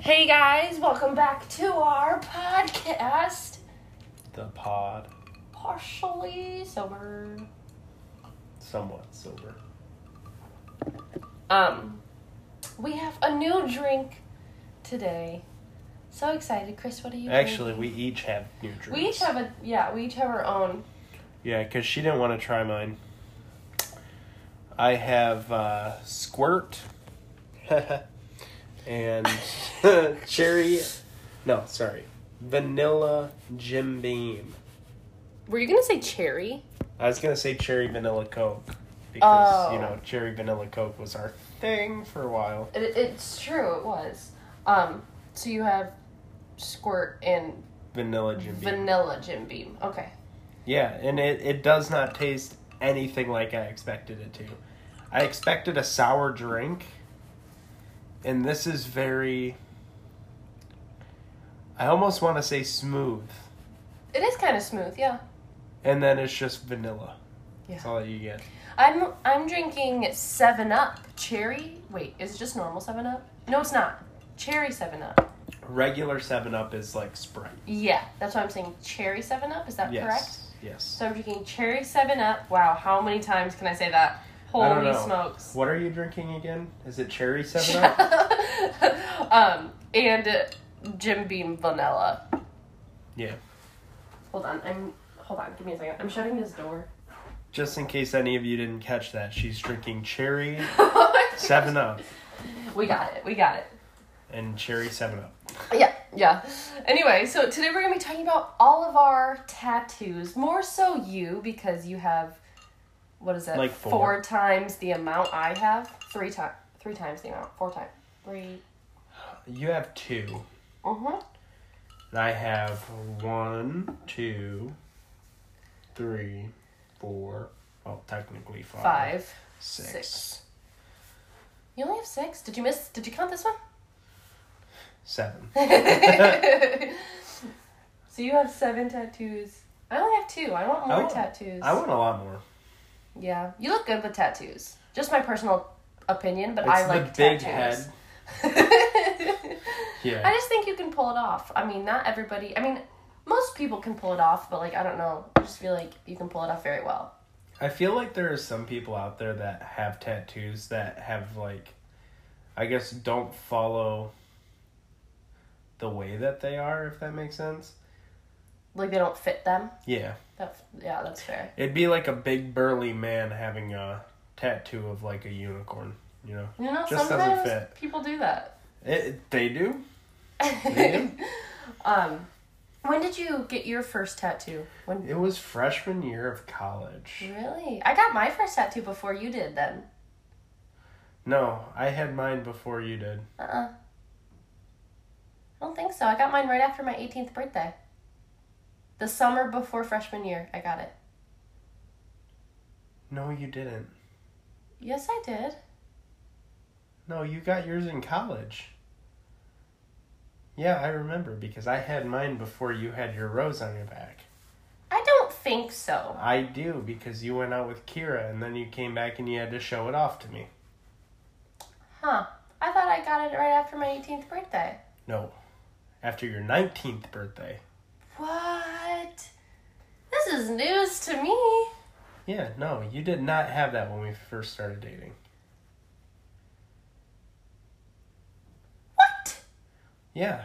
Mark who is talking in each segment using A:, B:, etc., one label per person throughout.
A: Hey guys, welcome back to our podcast.
B: The pod,
A: Partially sober.
B: somewhat sober.
A: Um, we have a new drink today. So excited, Chris. What are you?
B: Actually, we each have new drinks.
A: drinking? we each have a yeah. We each have our own.
B: Yeah, because she didn't want to try mine. I have uh, Squirt and Cherry. No, sorry. Vanilla Jim Beam.
A: Were you gonna say cherry?
B: I was going to say Cherry Vanilla Coke because, you
A: Oh.
B: know, Cherry Vanilla Coke was our thing for a while.
A: It, it's true. It was. Um. So you have squirt and
B: Vanilla Jim Beam.
A: vanilla Jim Beam. Okay.
B: Yeah, and it, it does not taste anything like I expected it to. I expected a sour drink, and this is very. I almost want to say smooth,
A: It is kind of smooth. Yeah.
B: and then it's just vanilla. That's
A: Yeah.
B: all you get.
A: I'm I'm drinking Seven Up cherry. Wait, is it just normal Seven Up? No, it's not. Cherry Seven Up.
B: Regular 7 Up is like Sprite.
A: Yeah, that's what I'm saying. Cherry Seven Up. Is that
B: Yes.
A: correct?
B: Yes.
A: So I'm drinking Cherry Seven Up. Wow, how many times can I say that? Holy
B: I don't know.
A: smokes!
B: What are you drinking again? Is it Cherry 7 Up?
A: um, and uh, Jim Beam vanilla.
B: yeah.
A: Hold on, I'm. Hold on, give me a second. I'm shutting this door.
B: Just in case any of you didn't catch that, she's drinking Cherry 7 Up
A: we got it. We got it.
B: and Cherry 7 Up.
A: Yeah, yeah. Anyway, so today we're gonna be talking about all of our tattoos. More so you because you have what is it?
B: Like four.
A: times the amount I have. Three times. Three times the amount. Four times. Three.
B: You have two.
A: Uh-huh.
B: And I have one, two, three, four. Well, technically five.
A: Five.
B: six.
A: six. You only have six? Did you miss did you count this one?
B: Seven.
A: so you have seven tattoos. I only have two. I want more
B: I want-
A: tattoos.
B: I want a lot more.
A: yeah. You look good with tattoos. Just my personal opinion, but
B: It's
A: I
B: the
A: like
B: big
A: tattoos.
B: head. Yeah.
A: I just think you can pull it off. I mean, not everybody. I mean, most people can pull it off, but like I don't know. I just feel like you can pull it off very well.
B: I feel like there are some people out there that have tattoos that have like I guess don't follow the way that they are, if that makes sense.
A: Like they don't fit them.
B: Yeah.
A: That yeah, that's fair.
B: It'd be like a big burly man having a tattoo of like a unicorn, you know?
A: You know,
B: Just doesn't
A: sometimes
B: fit.
A: people do that.
B: It, they do. They do.
A: um, when did you get your first tattoo? When
B: It was freshman year of college.
A: really? I got my first tattoo before you did. Then.
B: No, I had mine before you did.
A: Uh. uh I don't think so. I got mine right after my 18th birthday. The summer before freshman year, I got it.
B: No, you didn't.
A: Yes, I did.
B: No, you got yours in college. Yeah, I remember because I had mine before you had your rose on your back.
A: I don't think so.
B: I do because you went out with Kira and then you came back and you had to show it off to me.
A: Huh. I thought I got it right after my 18th birthday.
B: No, after your 19th birthday.
A: What? This is news to me.
B: Yeah, no, you did not have that when we first started dating.
A: What?
B: Yeah,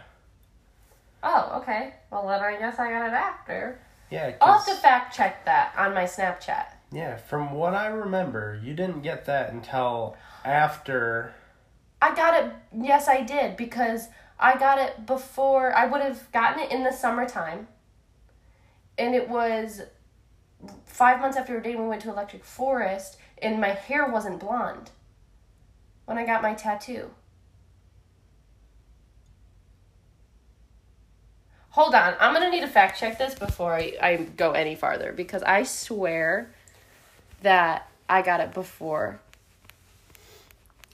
A: Oh, okay. Well, then I guess I got it after.
B: yeah.
A: I'll have
B: 'cause-
A: to fact check that on my Snapchat.
B: Yeah, from what I remember, you didn't get that until after.
A: I got it, yes, I did, because I got it before, I would have gotten it in the summertime. And it was five months after we were dating, we went to Electric Forest, and my hair wasn't blonde when I got my tattoo. Hold on, I'm gonna need to fact check this before I, I go any farther because I swear that I got it before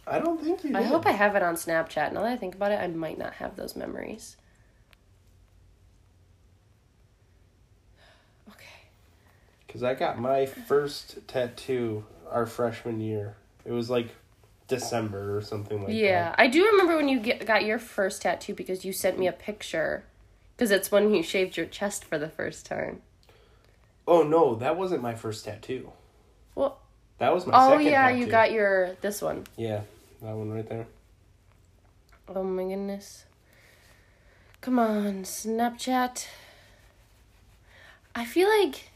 B: I don't think you
A: I hope I have it on Snapchat. Now that I think about it, I might not have those memories. Okay.
B: Because I got my first tattoo our freshman year. It was like December or something like
A: yeah, I do remember when you get, got your first tattoo because you sent me a picture, because it's when you shaved your chest for the first time.
B: that. Oh no, that wasn't my first tattoo.
A: Well,
B: That was my
A: oh
B: second
A: yeah,
B: tattoo.
A: you got your this one.
B: Yeah, that one right there.
A: Oh my goodness. Come on, Snapchat. I feel like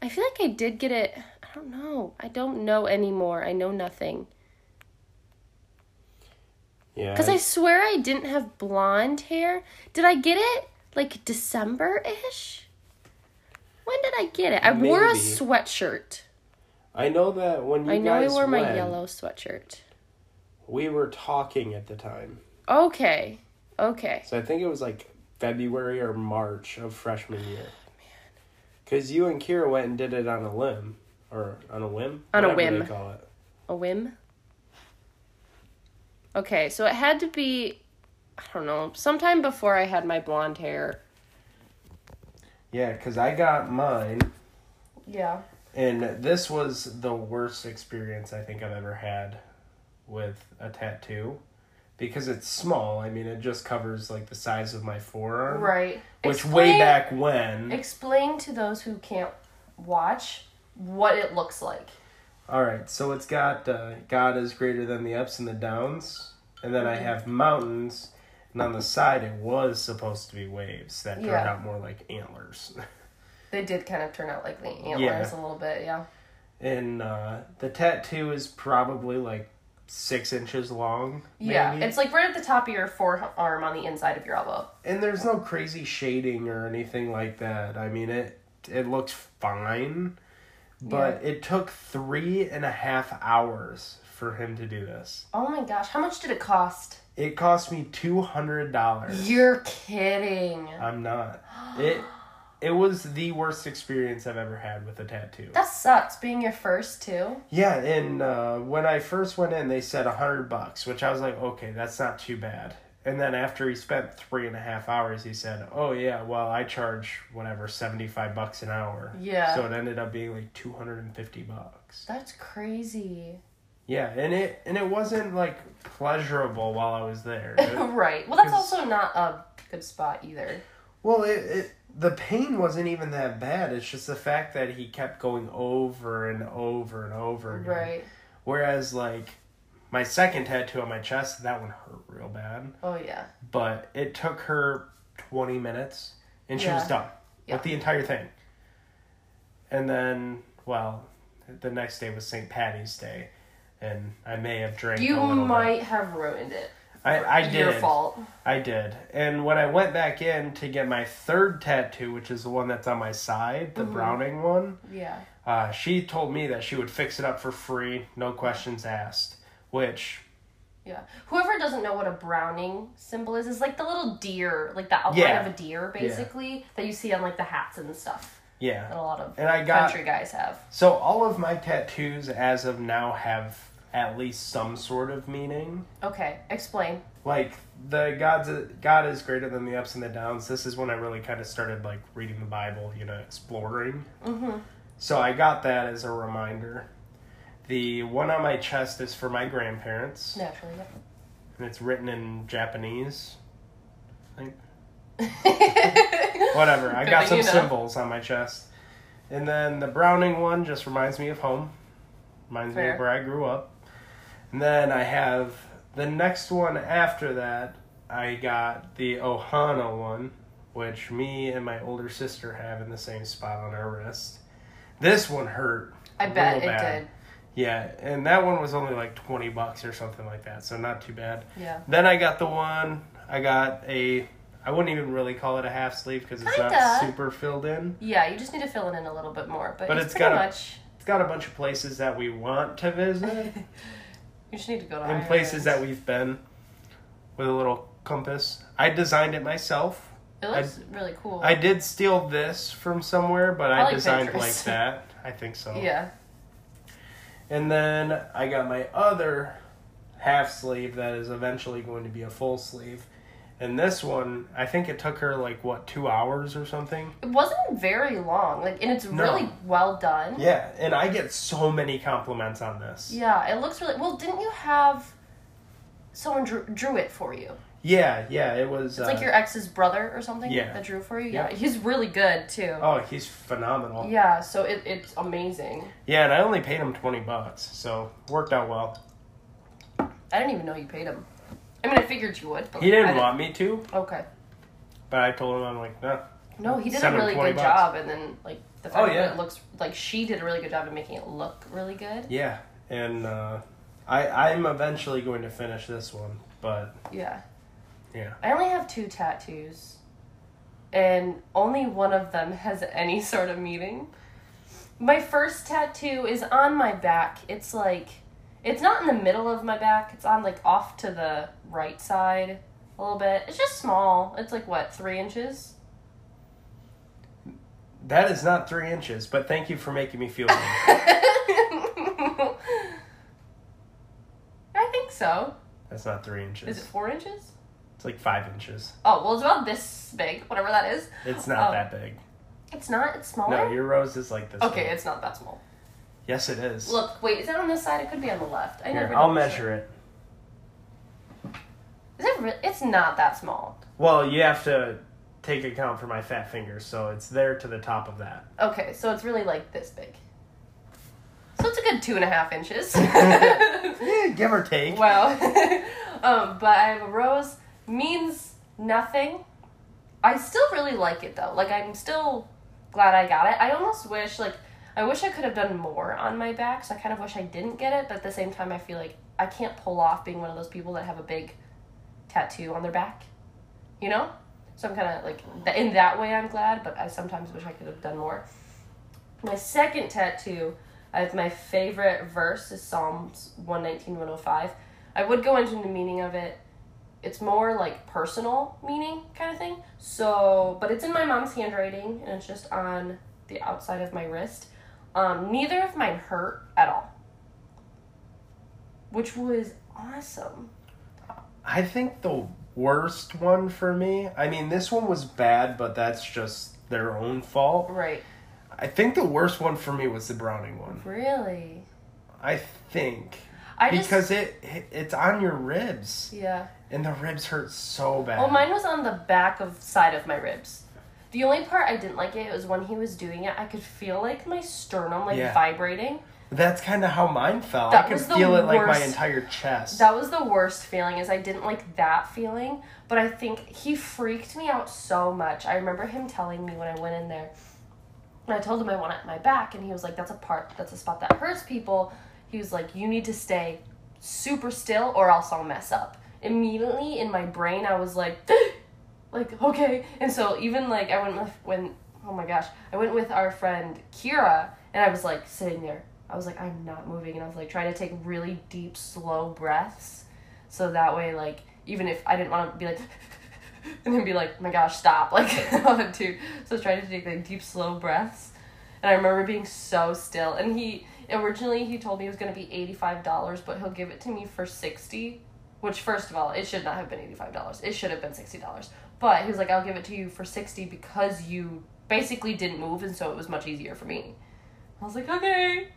A: I feel like I did get it. I don't know. I don't know anymore. I know nothing.
B: Yeah.
A: Cuz I swear I didn't have blonde hair. Did I get it like December-ish? When did I get it? I wore a
B: Maybe.
A: sweatshirt.
B: I know that when you
A: I know I
B: guys
A: wore my
B: went,
A: yellow sweatshirt.
B: we were talking at the time.
A: Okay. Okay.
B: So I think it was like February or March of freshman
A: Oh,
B: year. Because you and Kira went and did it on a limb. Or on a whim?
A: On a
B: Whatever they
A: whim.
B: call it.
A: A whim? Okay, so it had to be, I don't know, sometime before I had my blonde hair.
B: Yeah, because I got mine,
A: Yeah.
B: and this was the worst experience I think I've ever had with a tattoo. Because it's small. I mean, it just covers like the size of my forearm.
A: Right.
B: Which
A: Explain-
B: way back when.
A: Explain to those who can't watch what it looks like.
B: All right, so it's got uh, God is greater than the ups and the downs, and then I
A: Mm-hmm.
B: have mountains, and on the side it was supposed to be waves that turned
A: Yeah.
B: out more like antlers.
A: They did kind of turn out like the antlers
B: antlers
A: a little bit, yeah.
B: and uh, the tattoo is probably like six inches long.
A: Yeah,
B: maybe.
A: it's like right at the top of your forearm on the inside of your elbow.
B: and there's no crazy shading or anything like that. I mean it it looked fine, but it took three and a half hours for him to do this.
A: Oh my gosh, how much did it cost?
B: It cost me two hundred dollars.
A: You're kidding.
B: I'm not. It it was the worst experience I've ever had with a tattoo.
A: That sucks, being your first, too.
B: Yeah, and uh, when I first went in, they said a hundred bucks, which I was like, okay, that's not too bad. And then after he spent three and a half hours, he said, oh yeah, well I charge whatever seventy five bucks an hour.
A: Yeah.
B: So it ended up being like two hundred and fifty bucks.
A: That's crazy.
B: Yeah, and it and it wasn't like pleasurable while I was there.
A: right. Well, that's
B: 'Cause-
A: also not a good spot either.
B: Well, it, it the pain wasn't even that bad. It's just the fact that he kept going over and over and over again.
A: Right.
B: Whereas like my second tattoo on my chest, that one hurt real bad,
A: Oh yeah.
B: but it took her 20 minutes and she was
A: Yeah.
B: done
A: Yeah.
B: with the entire thing. And then, well, the next day was St. Patty's Day. And I may have drank.
A: You
B: a little
A: might
B: Bit.
A: have ruined it.
B: I, I did.
A: Your fault.
B: I did. And when I went back in to get my third tattoo, which is the one that's on my side, the Browning one,
A: Yeah.
B: uh, she told me that she would fix it up for free, no questions asked. Which,
A: Yeah. Whoever doesn't know what a Browning symbol is, is like the little deer, like the outline
B: Yeah.
A: of a deer, basically, that you see on like the hats and stuff that
B: yeah.
A: a lot of
B: And I got-
A: country guys have.
B: So all of my tattoos as of now have at least some sort of meaning.
A: Okay, explain.
B: Like the God's God is greater than the ups and the downs. This is when I really kind of started like reading the Bible, you know, exploring.
A: Mm-hmm.
B: So I got that as a reminder. The one on my chest is for my grandparents,
A: Naturally.
B: and it's written in Japanese.
A: Yeah.
B: Whatever. I
A: Good
B: got some
A: thing you know.
B: symbols on my chest. And then the Browning one just reminds me of home. Reminds me
A: Fair.
B: of where I grew up. And then I have the next one after that. I got the Ohana one, which me and my older sister have in the same spot on our wrist. This one hurt.
A: I
B: real
A: bet it
B: bad. Yeah, and that one was only like 20 bucks or something like that, so not too bad.
A: did. Yeah.
B: Then I got the one, I got a, I wouldn't even really call it a half sleeve because it's not
A: Kinda.
B: super filled in.
A: Yeah, you just need to fill it in a little bit more, but,
B: But
A: it's,
B: it's
A: pretty
B: gotta-
A: much.
B: It's got a bunch of places that we want to visit
A: You just need to go to
B: and places that
A: Ireland.
B: we've been with a little compass. I designed it myself.
A: It
B: I-
A: looks really cool.
B: I did steal this from somewhere, but
A: I
B: I,
A: like
B: designed
A: Pinterest.
B: like that. I think so.
A: yeah.
B: And then I got my other half sleeve that is eventually going to be a full sleeve. And this one, I think it took her like what two hours or something.
A: It wasn't very long, like, and it's
B: No.
A: really well done.
B: Yeah, and I get so many compliments on this.
A: Yeah, it looks really well. Didn't you have someone drew, drew it for you?
B: Yeah, yeah, it was.
A: It's
B: uh,
A: like your ex's brother or something
B: yeah.
A: that drew for you.
B: Yeah.
A: Yeah, he's really good too.
B: Oh, he's phenomenal. Yeah.
A: Yeah, so it, it's amazing.
B: and I only paid him twenty bucks, so worked out well.
A: I didn't even know you paid him. I mean, I figured you would. But
B: He
A: like, I
B: didn't want me to,
A: Okay.
B: but I told him I'm like, no.
A: No, he did
B: Send
A: a
B: him
A: really
B: 20
A: good
B: bucks.
A: job, and then like the fact
B: Oh, yeah.
A: that it looks like she did a really good job of making it look really good.
B: Yeah, and uh, I I'm eventually going to finish this one, but
A: Yeah.
B: yeah.
A: I only have two tattoos, and only one of them has any sort of meaning. My first tattoo is on my back. It's like, it's not in the middle of my back, it's on like off to the right side a little bit. It's just small. It's like, what, three inches?
B: That is not three inches, but thank you for making me feel good.
A: I think so.
B: That's not three
A: Is it
B: inches.
A: four inches?
B: It's like five inches.
A: Oh, well, it's about this big, whatever that is.
B: It's not
A: Oh.
B: that big.
A: It's not, it's
B: No,
A: smaller.
B: your rose is like this.
A: okay,
B: big.
A: it's not that small.
B: Yes, it is.
A: Look, wait, is that on this side? It could be on the left. I
B: Here,
A: never.
B: I'll
A: noticed
B: measure it.
A: Is it? Re- it's not that small.
B: Well, you have to take account for my fat fingers, so it's there to the top of that.
A: Okay, so it's really like this big. So it's a good two and a half inches.
B: Eh, give or take.
A: wow. um, but I have a rose. Means nothing. I still really like it though. Like I'm still glad I got it. I almost wish like I wish I could have done more on my back. So I kind of wish I didn't get it. But at the same time, I feel like I can't pull off being one of those people that have a big tattoo on their back. You know. So I'm kind of like th- in that way I'm glad. But I sometimes wish I could have done more. My second tattoo, I have my favorite verse is Psalms 119, 105. I would go into the meaning of it. It's more like personal meaning kind of thing. So, but it's in my mom's handwriting and it's just on the outside of my wrist. Um, neither of mine hurt at all, which was awesome.
B: I think the worst one for me, I mean, this one was bad, but that's just their own fault.
A: Right.
B: I think the worst one for me was the Browning one.
A: Really?
B: I think.
A: I just.
B: because it, it it's on your ribs
A: yeah.
B: and the ribs hurt so bad.
A: Well, mine was on the back of side of my ribs. The only part I didn't like it was when he was doing it. I could feel like my sternum like
B: Yeah.
A: vibrating.
B: That's kind of how mine felt. I
A: That
B: could
A: was the
B: feel it like my
A: worst-
B: entire chest.
A: That was the worst feeling. Is I didn't like that feeling, but I think he freaked me out so much. I remember him telling me when I went in there, and I told him I want it in my back, and he was like, "That's a part. That's a spot that hurts people." He was like, "You need to stay super still, or else I'll mess up." Immediately in my brain, I was like, like okay and so even like i went with when oh my gosh i went with our friend kira and i was like sitting there i was like i'm not moving and i was like trying to take really deep slow breaths so that way like even if i didn't want to be like and then be like oh my gosh stop like dude so i was trying to take like deep slow breaths and i remember being so still and he originally he told me it was going to be $85 but he'll give it to me for 60 which first of all it should not have been $85 it should have been $60 but he was like i'll give it to you for 60 because you basically didn't move and so it was much easier for me i was like okay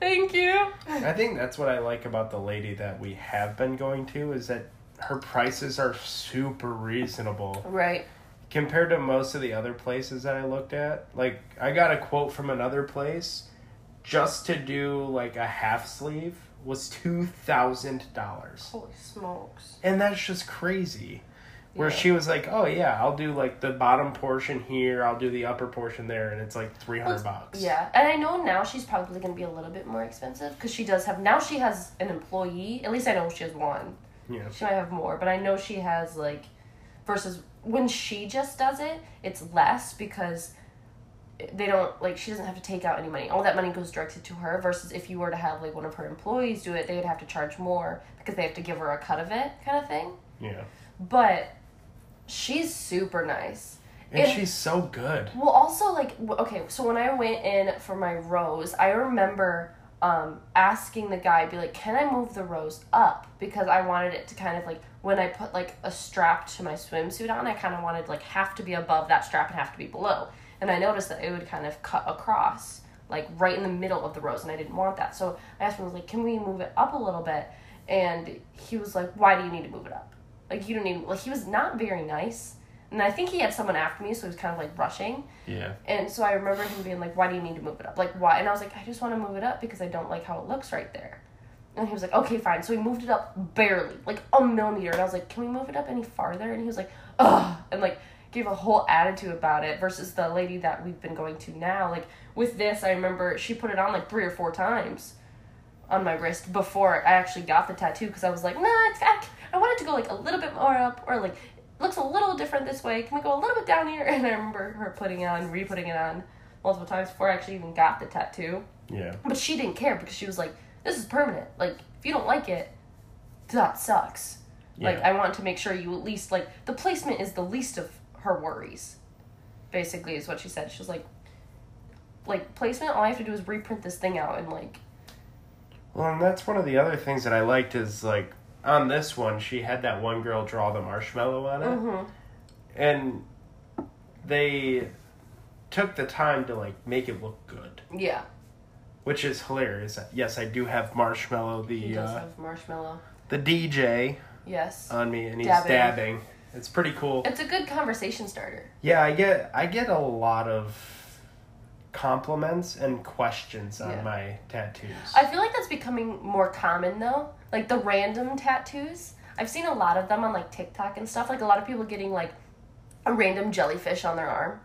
A: thank you
B: I think that's what I like about the lady that we have been going to is that her prices are super reasonable
A: right
B: compared to most of the other places that I looked at. Like I got a quote from another place just to do like a half sleeve was $2,000.
A: holy smokes
B: And that's just crazy. Where
A: Yeah.
B: she was like, "Oh yeah, I'll do like the bottom portion here, I'll do the upper portion there, and it's like 300 bucks."
A: yeah and i know now she's probably going to be a little bit more expensive because she does have now she has an employee at least i know she has one
B: Yeah.
A: She might have more, but I know she has like versus when she just does it, it's less because they don't like she doesn't have to take out any money. All that money goes directed to her versus if you were to have like one of her employees do it, they would have to charge more because they have to give her a cut of it kind of thing.
B: Yeah.
A: But she's super nice.
B: And
A: It-
B: she's so good.
A: Well, also like w- okay, so when I went in for my rose, I remember um, asking the guy, be like, "Can I move the rose up?" Because I wanted it to kind of like when I put like a strap to my swimsuit on, I kind of wanted like half to be above that strap and half to be below. And I noticed that it would kind of cut across, like right in the middle of the rose, and I didn't want that. So I asked him, I was like, can we move it up a little bit? And he was like, why do you need to move it up? Like, you don't even, like, he was not very nice. And I think he had someone after me, so he was kind of like rushing.
B: Yeah.
A: And so I remember him being like, Why do you need to move it up? Like, why? And I was like, I just want to move it up because I don't like how it looks right there. And he was like, Okay, fine. So we moved it up barely, like a millimeter. And I was like, Can we move it up any farther? And he was like, Ugh. And like, gave a whole attitude about it versus the lady that we've been going to now. Like, with this, I remember she put it on like three or four times on my wrist before I actually got the tattoo because I was like, Nah, it's, I, I want it to go like a little bit more up or like looks a little different this way. Can we go a little bit down here? And I remember her putting it on, re putting it on multiple times before I actually even got the tattoo.
B: Yeah.
A: But she didn't care because she was like, this is permanent. Like, if you don't like it, that sucks. Like,
B: Yeah.
A: I want to make sure you at least, like, the placement is the least of her worries, basically, is what she said. She was like, like, placement, all I have to do is reprint this thing out and, like,
B: Well, and that's one of the other things that I liked is like on this one, she had that one girl draw the marshmallow on it,
A: Mm-hmm.
B: and they took the time to like make it look good,
A: yeah.
B: which is hilarious. Yes, I do have marshmallow,
A: He
B: the
A: does
B: uh,
A: have marshmallow.
B: the DJ
A: Yes.
B: on me, and he's
A: Dabbing.
B: dabbing. It's pretty cool.
A: it's a good conversation starter.
B: Yeah, I get I get a lot of compliments and questions on
A: Yeah.
B: my tattoos.
A: I feel like that's becoming more common though. Like the random tattoos. I've seen a lot of them on like TikTok and stuff. Like a lot of people getting like a random jellyfish on their arm.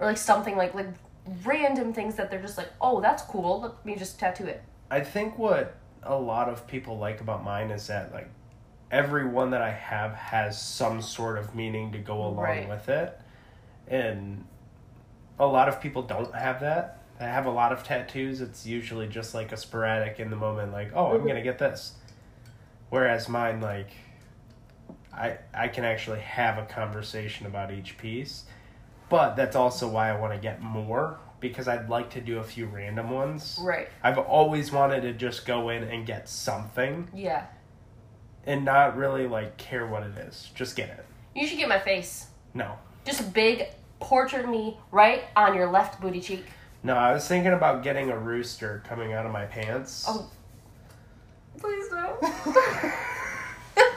A: Or like something like like random things that they're just like, "Oh, that's cool. Let me just tattoo it."
B: I think what a lot of people like about mine is that like every one that I have has some sort of meaning to go along
A: Right.
B: with it. And a lot of people don't have that. They have a lot of tattoos. It's usually just like a sporadic in the moment like, "Oh, I'm
A: Mhm.
B: going to get this." Whereas mine like I I can actually have a conversation about each piece. But that's also why I want to get more because I'd like to do a few random ones.
A: Right.
B: I've always wanted to just go in and get something
A: Yeah.
B: and not really like care what it is. Just get it.
A: You should get my face.
B: No.
A: Just a big portrait of me right on your left booty cheek.
B: No, I was thinking about getting a rooster coming out of my pants.
A: Oh. Please don't.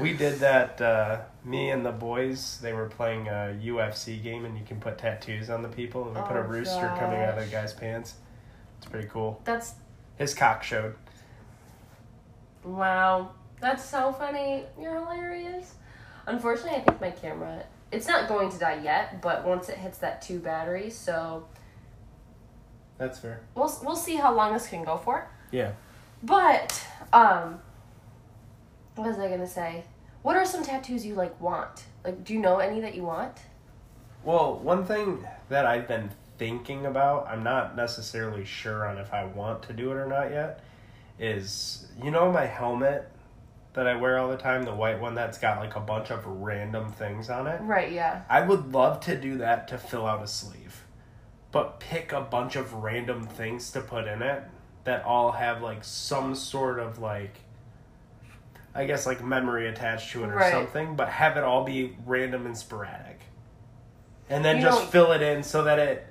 B: We did that, uh, me and the boys, they were playing a UFC game and you can put tattoos on the people and we put a
A: Oh,
B: rooster coming out of
A: gosh.
B: the guy's pants. It's pretty cool.
A: that's
B: His cock showed.
A: Wow, that's so funny. You're hilarious. Unfortunately, I think my camera it's not going to die yet, but once it hits that two batteries, so
B: That's fair.
A: we'll we'll see how long this can go for.
B: Yeah.
A: But um what was I going to say? What are some tattoos you like want? Like do you know any that you want?
B: Well, one thing that I've been thinking about, I'm not necessarily sure on if I want to do it or not yet, is you know my helmet that I wear all the time, the white one that's got like a bunch of random things on it?
A: Right, yeah.
B: I would love to do that to fill out a sleeve, but pick a bunch of random things to put in it that all have like some sort of like. I guess like memory attached to it or
A: Right.
B: something, but have it all be random and sporadic. And then
A: You
B: just
A: don't-
B: fill it in so that it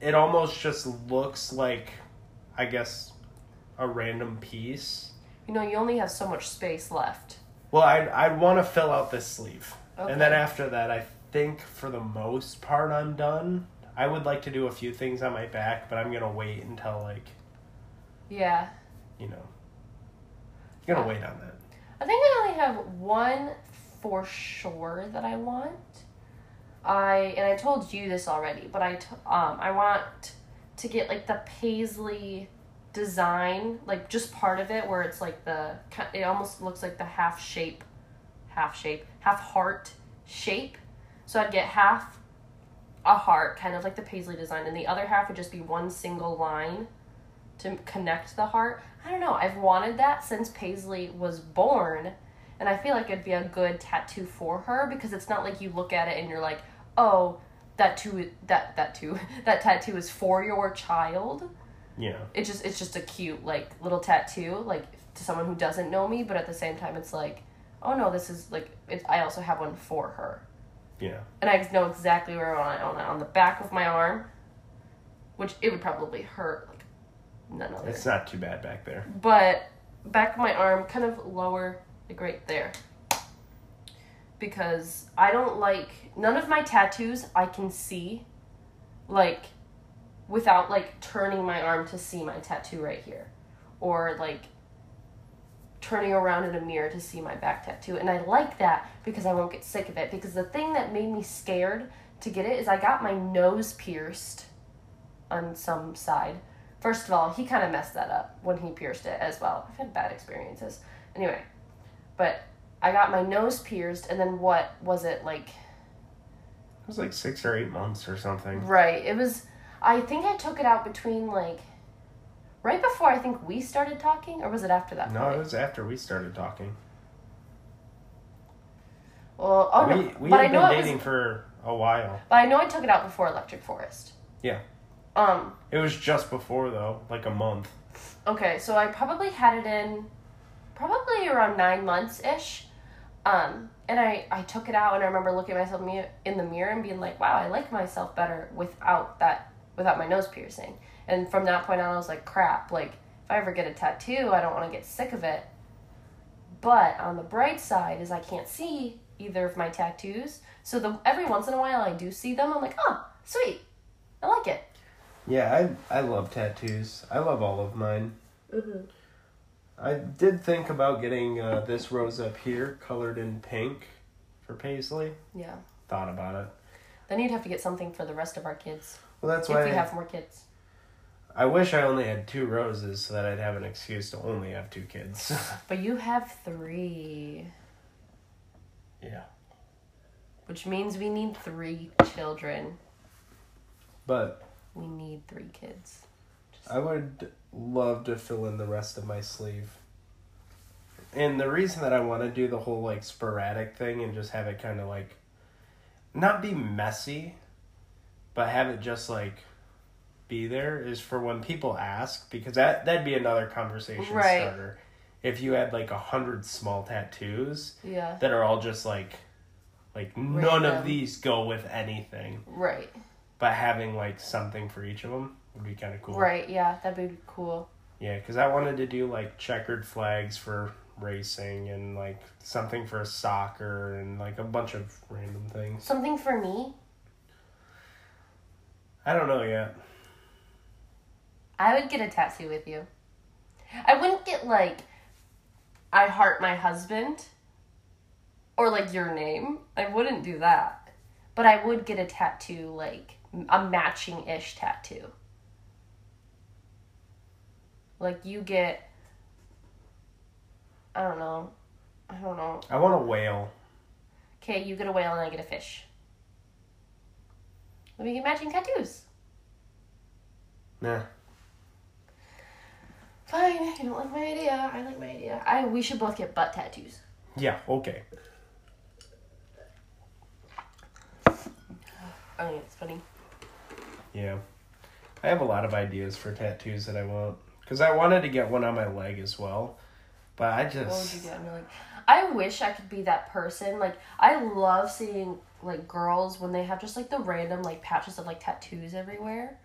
B: it almost just looks like I guess a random piece.
A: You know, you only have so much space left.
B: Well, I'd, I'd want to fill out this sleeve.
A: Okay.
B: And then after that, I think for the most part, I'm done. I would like to do a few things on my back, but I'm going to wait until, like,
A: Yeah.
B: you know. I'm going to wait on that.
A: I think I only have one for sure that I want. I and I told you this already, but I t- um I want to get like the paisley design, like just part of it where it's like the ki- it almost looks like the half shape, half shape, half heart shape. So I'd get half a heart, kind of like the paisley design, and the other half would just be one single line to connect the heart. I don't know. I've wanted that since Paisley was born, and I feel like it'd be a good tattoo for her because it's not like you look at it and you're like, "Oh, that too that that too that tattoo is for your child."
B: Yeah.
A: It just it's just a cute like little tattoo like to someone who doesn't know me, but at the same time it's like, oh no, this is like it, I also have one for her,
B: Yeah.
A: and I know exactly where I want it on the back of my arm, which it would probably hurt like none other.
B: It's not too bad back there.
A: but back of my arm kind of lower like right there because i don't like none of my tattoos i can see like without like turning my arm to see my tattoo right here or like turning around in a mirror to see my back tattoo and i like that because i won't get sick of it because the thing that made me scared to get it is i got my nose pierced on some side First of all, he kind of messed that up when he pierced it as well. I've had bad experiences. Anyway, but I got my nose pierced, and then what was it like?
B: It was like six or eight months or something.
A: Right, it was. I think I took it out between like right before I think we started talking, or was it after that?
B: No,
A: point?
B: it was after we started talking.
A: Well, oh
B: we
A: no,
B: we
A: but I
B: had
A: know
B: been
A: it was.
B: dating for a while.
A: But I know I took it out before Electric Forest.
B: Yeah.
A: Um.
B: It was just before though, like a month.
A: Okay, so I probably had it in probably around nine months ish. Um, and I, I took it out and I remember looking at myself me- in the mirror and being like, wow, I like myself better without that, without my nose piercing. And from that point on, I was like, crap, like if I ever get a tattoo, I don't want to get sick of it. But on the bright side is I can't see either of my tattoos. So the, every once in a while I do see them. I'm like, oh, sweet. I like it.
B: Yeah, I I love tattoos. I love all of mine.
A: Mm-hmm.
B: I did think about getting uh, this rose up here colored in pink for Paisley.
A: Yeah.
B: Thought about it.
A: Then you'd have to get something for the rest of our kids.
B: Well, that's
A: if
B: why
A: we
B: I,
A: have more kids.
B: I wish I only had two roses so that I'd have an excuse to only have two kids.
A: But you have three,
B: yeah.
A: which means we need three children.
B: But
A: We need three kids.
B: I would love to fill in the rest of my sleeve. And the reason that I want to do the whole like sporadic thing and just have it kind of like not be messy, but have it just like be there is for when people ask because that that'd be another conversation
A: Right.
B: starter. If you had like a hundred small tattoos
A: Yeah.
B: that are all just like like none of
A: Random.
B: these go with anything,
A: Right.
B: but having like something for each of them would be kind of cool.
A: Right. Yeah, that'd be cool.
B: Yeah, because I wanted to do like checkered flags for racing and like something for soccer and like a bunch of random things.
A: Something for me.
B: I don't know yet.
A: I would get a tattoo with you. I wouldn't get like, I heart my husband, or like your name. I wouldn't do that. But I would get a tattoo like a matching ish tattoo. Like you get, I don't know, I don't know.
B: I want a whale.
A: Okay, you get a whale and I get a fish. Let me get matching tattoos.
B: Nah.
A: Fine, I don't like my idea. I like my idea. I we should both get butt tattoos.
B: Yeah, okay.
A: I mean, it's funny.
B: Yeah. I have a lot of ideas for tattoos that I want. Because I wanted to get one on my leg as well. But I
A: What would you
B: just.
A: get? I'm like, I wish I could be that person. Like, I love seeing like girls when they have just like the random like patches of like tattoos everywhere.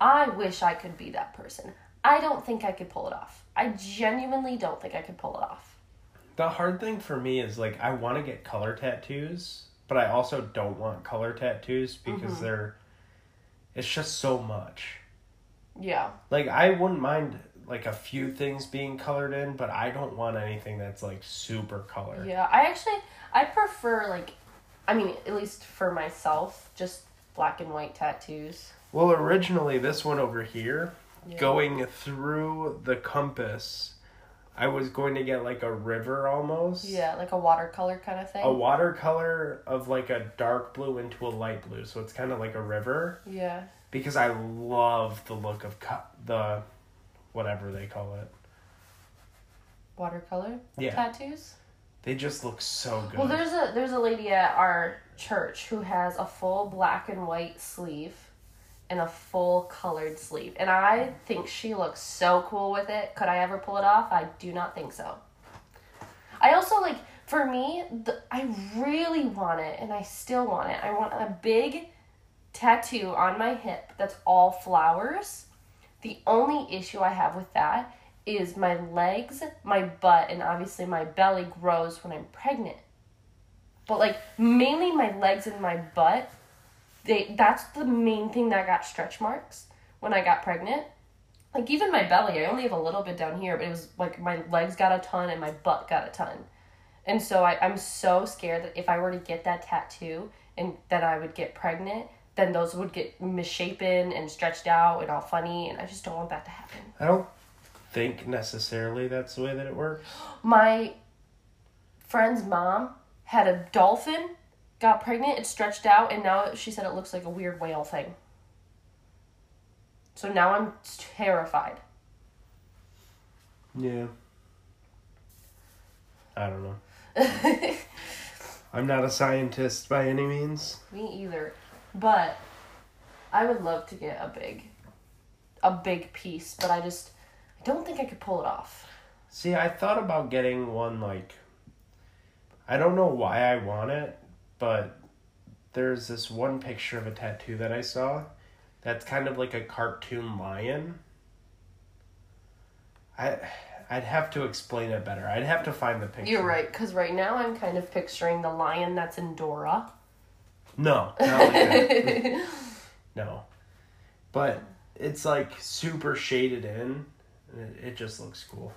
A: I wish I could be that person. I don't think I could pull it off. I genuinely don't think I could pull it off.
B: The hard thing for me is like, I want to get color tattoos, but I also don't want color tattoos because
A: Mm-hmm.
B: they're. It's just so much.
A: Yeah.
B: Like I wouldn't mind like a few things being colored in, but I don't want anything that's like super colored.
A: Yeah, I actually I prefer like I mean, at least for myself, just black and white tattoos.
B: Well, originally this one over here,
A: Yeah.
B: going through the compass, I was going to get like a river almost.
A: Yeah, like a watercolor kind of thing.
B: A watercolor of like a dark blue into a light blue, so it's kind of like a river
A: yeah.
B: because I love the look of co- the whatever they call it.
A: Watercolor
B: Yeah.
A: tattoos.
B: They just look so good.
A: Well, there's a there's a lady at our church who has a full black and white sleeve and a full colored sleeve. And I think she looks so cool with it. Could I ever pull it off? I do not think so. I also like For me, the, I really want it, and I still want it. I want a big tattoo on my hip that's all flowers. The only issue I have with that is my legs, my butt, and obviously my belly grows when I'm pregnant. But like mainly my legs and my butt, they that's the main thing that got stretch marks when I got pregnant. Like even my belly, I only have a little bit down here, but it was like my legs got a ton and my butt got a ton. And so I, I'm so scared that if I were to get that tattoo and that I would get pregnant, then those would get misshapen and stretched out and all funny and I just don't want that to happen.
B: I don't think necessarily that's the way that it works.
A: my friend's mom had a dolphin, got pregnant, it stretched out, and now she said it looks like a weird whale thing. So now I'm terrified.
B: Yeah. I don't know. I'm not a scientist by any means.
A: Me either. But I would love to get a big, a big piece, but I just, I don't think I could pull it off.
B: See, I thought about getting one like I don't know why I want it, but there's this one picture of a tattoo that I saw that's kind of like a cartoon lion. I I'd have to explain it better. I'd have to find the picture.
A: You're right, because right now I'm kind of picturing the lion that's in Dora.
B: No, not like that. no. But it's like super shaded in. and It, it just looks cool.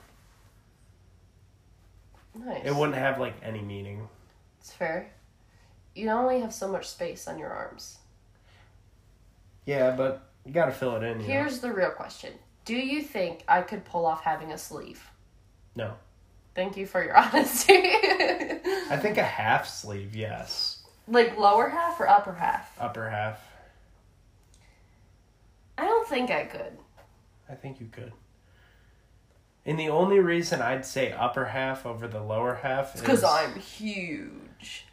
A: Nice.
B: It wouldn't have like any meaning.
A: It's fair. You only have so much space on your arms.
B: Yeah, but you gotta fill it in. You know?
A: Here's the real question Do you think I could pull off having a sleeve?
B: No.
A: Thank you for your honesty.
B: I think a half sleeve, yes.
A: like lower half or upper half?
B: Upper half,
A: I don't think I could.
B: I think you could. And the only reason I'd say upper half over the lower half is
A: Because I'm huge.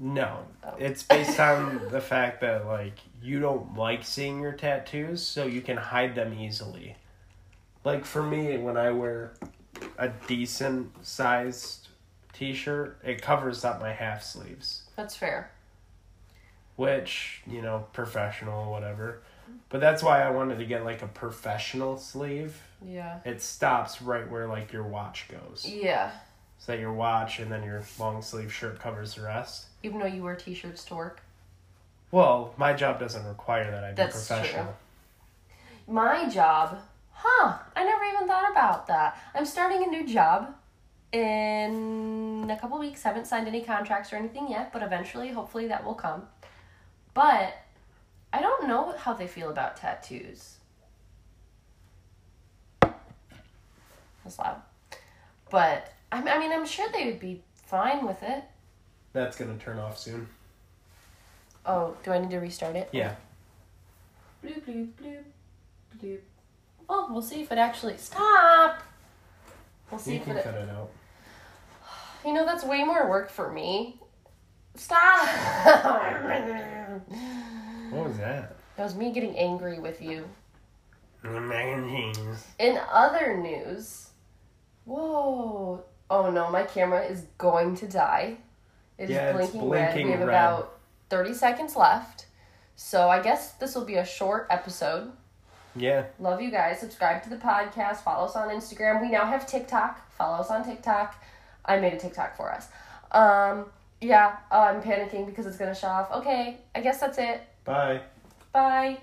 B: No,
A: Oh.
B: it's based on the fact that like you don't like seeing your tattoos, so you can hide them easily. Like for me, when I wear a decent sized t-shirt, it covers up my half sleeves,
A: That's fair.
B: which, you know, professional whatever. But that's why I wanted to get like a professional sleeve.
A: Yeah.
B: It stops right where like your watch goes.
A: Yeah.
B: So that your watch and then your long sleeve shirt covers the rest.
A: Even though you wear t shirts to work.
B: Well, my job doesn't require that I be
A: That's true.
B: professional.
A: My job. Huh. I never even thought about that. I'm starting a new job in a couple weeks. Haven't signed any contracts or anything yet, but eventually, hopefully, that will come. But I don't know how they feel about tattoos. That's loud. But I I mean, I'm sure they would be fine with it.
B: That's gonna turn off soon.
A: Oh, do I need to restart it?
B: Yeah.
A: Bloop, bloop, bloop, bloop. Oh, Well, we'll see if it actually stop. We'll see
B: You
A: if
B: can
A: it.
B: cut it out.
A: You know that's way more work for me. Stop. that
B: What was that?
A: was me getting angry with you.
B: Mac and cheese.
A: In other news, whoa. Oh no, my camera is going to die. It is
B: Yeah, it's
A: blinking, red. We
B: blinking
A: have
B: red.
A: about 30 seconds left. So I guess this will be a short episode.
B: Yeah.
A: Love you guys. Subscribe to the podcast. Follow us on Instagram. We now have TikTok. Follow us on TikTok. I made a TikTok for us. Um, yeah, oh, I'm panicking because it's going to show off. Okay, I guess that's it.
B: Bye.
A: Bye.